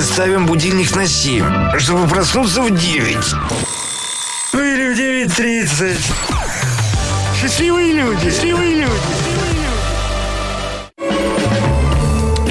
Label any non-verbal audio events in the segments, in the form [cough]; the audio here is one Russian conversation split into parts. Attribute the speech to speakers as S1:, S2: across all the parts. S1: ставим будильник на 7, чтобы проснуться в 9. Ну или в 9.30. Счастливые люди, счастливые люди.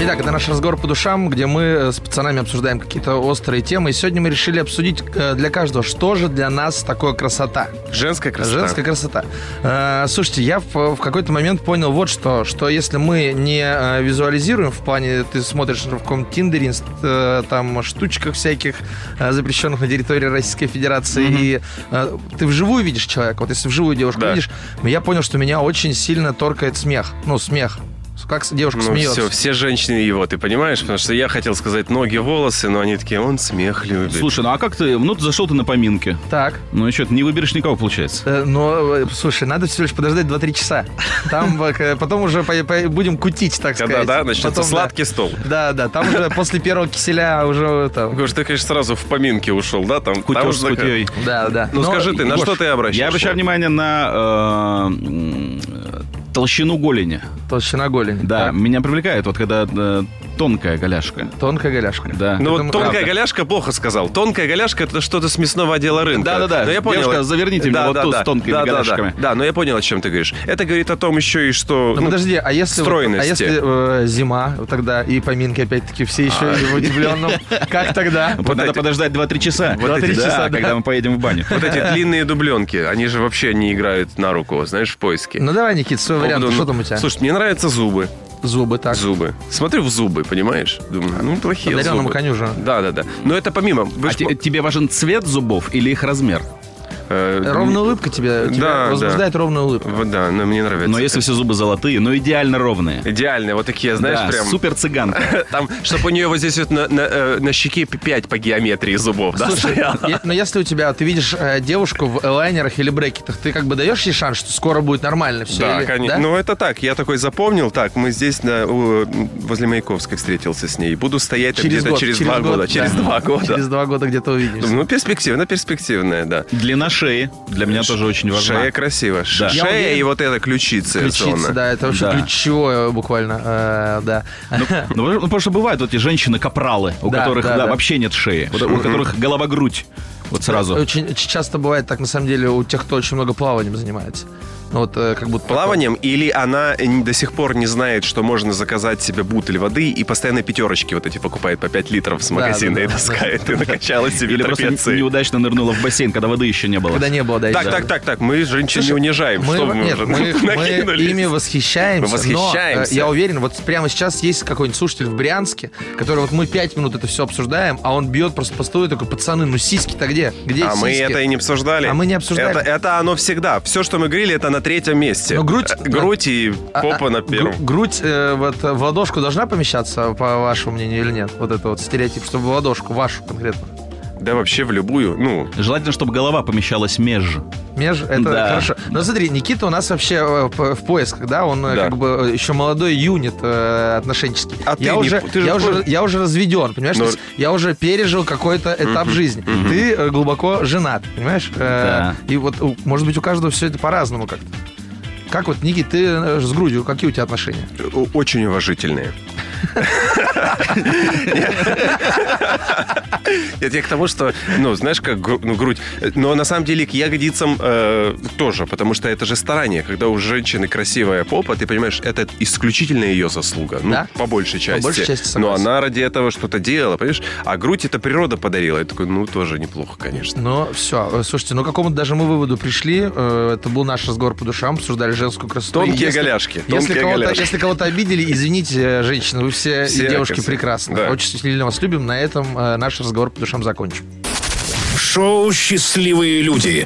S2: Итак, это наш разговор по душам, где мы э, с пацанами обсуждаем какие-то острые темы. И сегодня мы решили обсудить э, для каждого, что же для нас такое красота.
S3: Женская красота.
S2: Женская красота. Э, Слушайте, я в, в какой-то момент понял вот что, что если мы не э, визуализируем в плане, ты смотришь в каком-то Тиндере, инст- э, там штучках всяких, э, запрещенных на территории Российской Федерации, и э, ты вживую видишь человека, вот если вживую девушку
S3: Да.
S2: видишь, я понял, что меня очень сильно торкает смех. Ну, смех. Как с- девушка
S3: Ну
S2: смеется.
S3: все, все женщины его, ты понимаешь? Потому что я хотел сказать ноги, волосы, но они такие, он смех любит.
S4: Слушай, ну а как ты, ну ты зашел ты на поминки,
S2: Так.
S4: ну и что, ты не выберешь никого, получается?
S2: Э, Но, э, слушай, надо всего лишь подождать 2-3 часа. Там э, потом уже по- по- будем кутить, так
S3: Когда,
S2: сказать.
S3: да, начнется
S2: Потом, да.
S3: сладкий стол.
S2: Да, да, там уже после первого киселя уже там.
S3: Потому что ты, конечно, сразу в поминки ушел, да? Там, там
S4: Кутеж
S3: же
S4: с
S3: такая-
S4: кутьей.
S2: Да, да.
S3: Ну
S2: Но-
S3: скажи ты, на
S4: Егор,
S3: что ты обращаешься?
S4: Я обращаю внимание на э, м, толщину голени.
S2: Толщина голени.
S4: Да,
S2: Так,
S4: меня привлекает, вот когда э, тонкая голяшка.
S2: Тонкая голяшка.
S4: Да.
S3: Ну вот
S2: думаю,
S3: тонкая
S4: правда.
S3: голяшка плохо сказал. Тонкая голяшка это что-то с мясного отдела рынка.
S4: Да-да-да.
S3: Но я понял.
S4: Девушка, заверните мне вот ту с тонкими
S3: да, да,
S4: голяшками.
S3: Да, да, но я понял, о чем ты говоришь. Это говорит о том еще и что.
S2: Ну,
S3: ну,
S2: подожди, а если, вот- а
S3: стройности.
S2: если э, зима, вот тогда и поминки опять-таки все еще
S4: А.
S2: в удивленном, как тогда?
S4: Вот Надо
S3: эти-
S4: подождать 2-3 часа.
S3: Вот эти,
S4: 2-3
S3: да,
S4: часа, когда мы поедем в баню.
S3: [laughs] Вот эти длинные дубленки, они же вообще не играют на руку, знаешь, в поиске.
S2: Ну давай, Никит, свой вариант,
S3: Ну,
S2: что там у тебя?
S3: Слушай, мне нравятся зубы.
S2: Зубы так.
S3: Зубы. Смотрю в зубы, понимаешь? Думаю, ну, плохие
S2: Одаренному
S3: зубы.
S2: коню же.
S3: Да, да, да. Но это помимо. Вы
S4: А
S3: ж-
S4: те- тебе важен цвет зубов или их размер?
S3: э,
S2: Ровная улыбка тебя тебя
S3: Да, да.
S2: возбуждает ровная улыбка.
S3: вот Да, но мне нравится.
S4: Но если все зубы золотые, но идеально ровные.
S3: Идеальные, вот такие, знаешь,
S4: Да,
S3: прям...
S4: супер цыганка.
S3: [laughs] Там, чтобы у нее вот здесь вот на, на, э, на щеке 5 по геометрии зубов, да, стояло.
S2: Е- Но если у тебя, ты видишь э, девушку в лайнерах или брекетах, ты как бы даешь ей шанс, что скоро будет нормально все?
S3: [laughs] Да, конечно. Ну, это так. Я такой запомнил. Так, мы здесь на, у, возле Маяковской встретился с ней. Буду стоять там
S2: Через
S3: где-то
S2: год.
S3: через два
S2: год,
S3: года.
S2: да.
S3: Через два года.
S2: Через два года где-то увидимся.
S3: Ну, перспективно, перспективная, да.
S4: Длина шеи для меня тоже очень важна.
S3: Шея красиво.
S4: Да.
S3: Шея
S2: Я уверен-
S3: и вот эта ключица.
S2: Ключица,
S3: зона.
S2: да, это вообще
S4: Да.
S2: ключевое буквально, э, да.
S4: Ну, ну, потому- ну, потому что бывают вот эти женщины-капралы, у
S2: Да,
S4: которых
S2: да,
S4: да,
S2: да.
S4: вообще нет шеи, вот у которых голова-грудь. Вот сразу.
S2: Очень ч- часто бывает так, на самом деле, у тех, кто очень много плаванием занимается. Ну, Вот э, как будто...
S3: Плаванием или она не- до сих пор не знает, что можно заказать себе бутыль воды и постоянно пятерочки вот эти покупает по 5 литров с
S2: Да,
S3: магазина
S2: да,
S3: и
S2: да.
S3: таскает, и накачала себе
S4: Или просто
S3: трапеции.
S4: неудачно нырнула в бассейн, когда воды еще не было.
S2: Когда не было, да,
S3: Так,
S2: еще.
S3: так, так, так, мы женщин не унижаем.
S2: Мы,
S3: что вы
S2: нет,
S3: уже
S2: мы, мы
S3: накинулись?
S2: ими восхищаемся.
S3: Мы восхищаемся.
S2: Но, э, я уверен, вот прямо сейчас есть какой-нибудь слушатель в Брянске, который вот мы пять минут это все обсуждаем, а он бьет просто по столу и такой, пацаны, ну сиськи-то где? Где
S3: А мы
S2: сиськи?»
S3: это и не обсуждали.
S2: А мы не обсуждали.
S3: Это, это оно всегда. Все, что мы говорили, это на третьем месте.
S2: Но грудь-
S3: Э, грудь и
S2: А-
S3: попа
S2: а,
S3: на
S2: гру-
S3: первом.
S2: грудь э, вот, э, в ладошку должна помещаться, по вашему мнению, или нет? Вот это вот стереотип, чтобы в ладошку, вашу конкретно.
S3: Да вообще в любую. Ну,
S4: Желательно, чтобы голова помещалась меж.
S2: Меж, это
S4: Да.
S2: хорошо. Но смотри, Никита у нас вообще э, п- в поисках, да, он э,
S3: Да.
S2: как бы э, еще молодой юнит э, отношенческий.
S3: А ты
S2: я
S3: не-
S2: уже,
S3: ты же Ну,
S2: я,
S3: в
S2: уже
S3: поиске.
S2: я уже разведен, понимаешь?
S3: Но-
S2: То есть я уже пережил какой-то этап жизни. Ты э, глубоко женат, понимаешь? Э,
S4: Да.
S2: И вот, у- может быть, у каждого все это по-разному как-то. Как вот, Никит, ты э, с грудью, какие у тебя отношения?
S3: о- очень уважительные. Нет, я к тому, что, ну, знаешь, как гру- ну, грудь. Но на самом деле к ягодицам э, тоже, потому что это же старание. Когда у женщины красивая попа, ты понимаешь, это исключительно ее заслуга. Ну,
S2: Да?
S3: по большей части.
S2: большей части
S3: Но
S2: согласен.
S3: она ради этого что-то делала, понимаешь? А грудь это природа подарила. Я такой, ну, тоже неплохо, конечно.
S2: Ну, все. Слушайте, ну к какому-то даже мы выводу пришли. Э, Это был наш разговор по душам, обсуждали женскую красоту.
S3: Тонкие
S2: И если-
S3: голяшки,
S2: Если
S3: тонкие
S2: кого-то,
S3: голяшки.
S2: если кого-то обидели, извините, э, женщины, вы все,
S3: Все
S2: и девушки
S3: красивые.
S2: прекрасны.
S3: Да.
S2: Очень сильно вас любим. На этом э, наш разговор по душам закончим.
S1: Шоу «Счастливые люди».